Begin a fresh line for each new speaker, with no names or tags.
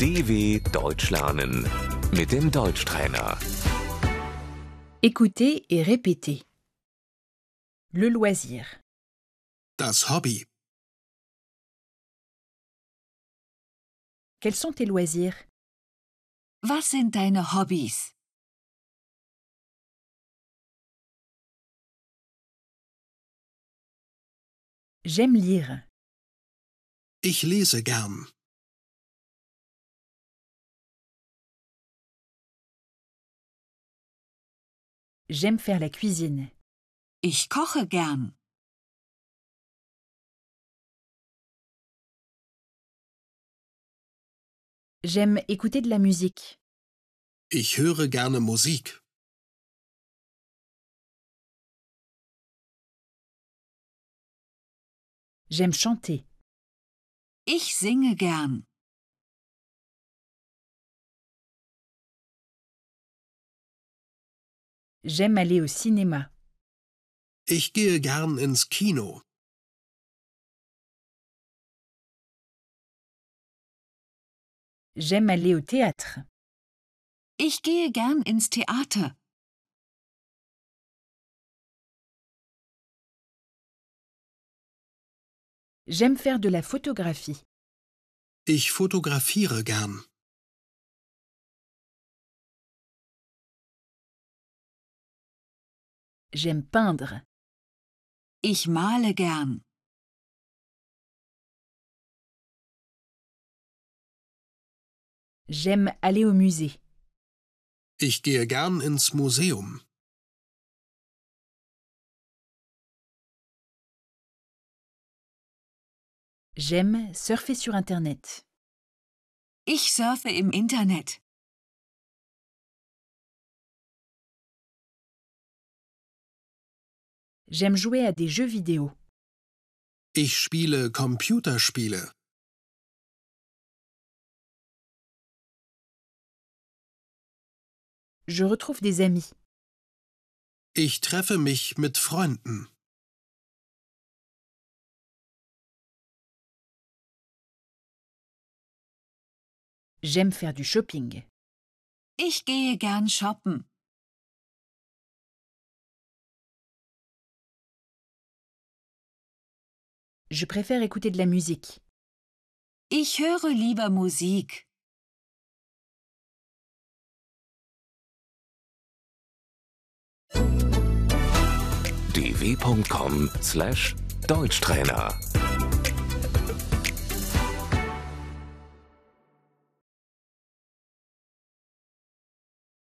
DW Deutsch lernen mit dem Deutschtrainer.
Écoutez et répétez. Le loisir,
Das Hobby.
quels sont tes loisirs
Was sind deine Hobbys?
J'aime lire.
Ich lese gern.
J'aime faire la cuisine.
Ich koche gern.
J'aime écouter de la musique.
Ich höre gerne Musik.
J'aime chanter.
Ich singe gern.
J'aime aller au cinéma.
Ich gehe gern ins Kino.
J'aime aller au théâtre.
Ich gehe gern ins Theater.
J'aime faire de la photographie.
Ich fotografiere gern.
J'aime peindre.
Ich male gern.
J'aime aller au musée.
Ich gehe gern ins Museum.
J'aime surfer sur Internet.
Ich surfe im Internet.
J'aime jouer à des jeux vidéo.
Ich spiele Computerspiele.
Je retrouve des amis.
Ich treffe mich mit Freunden.
J'aime faire du shopping.
Ich gehe gern shoppen.
Je préfère écouter de la musique.
Ich höre lieber Musik.
dw.com/deutschtrainer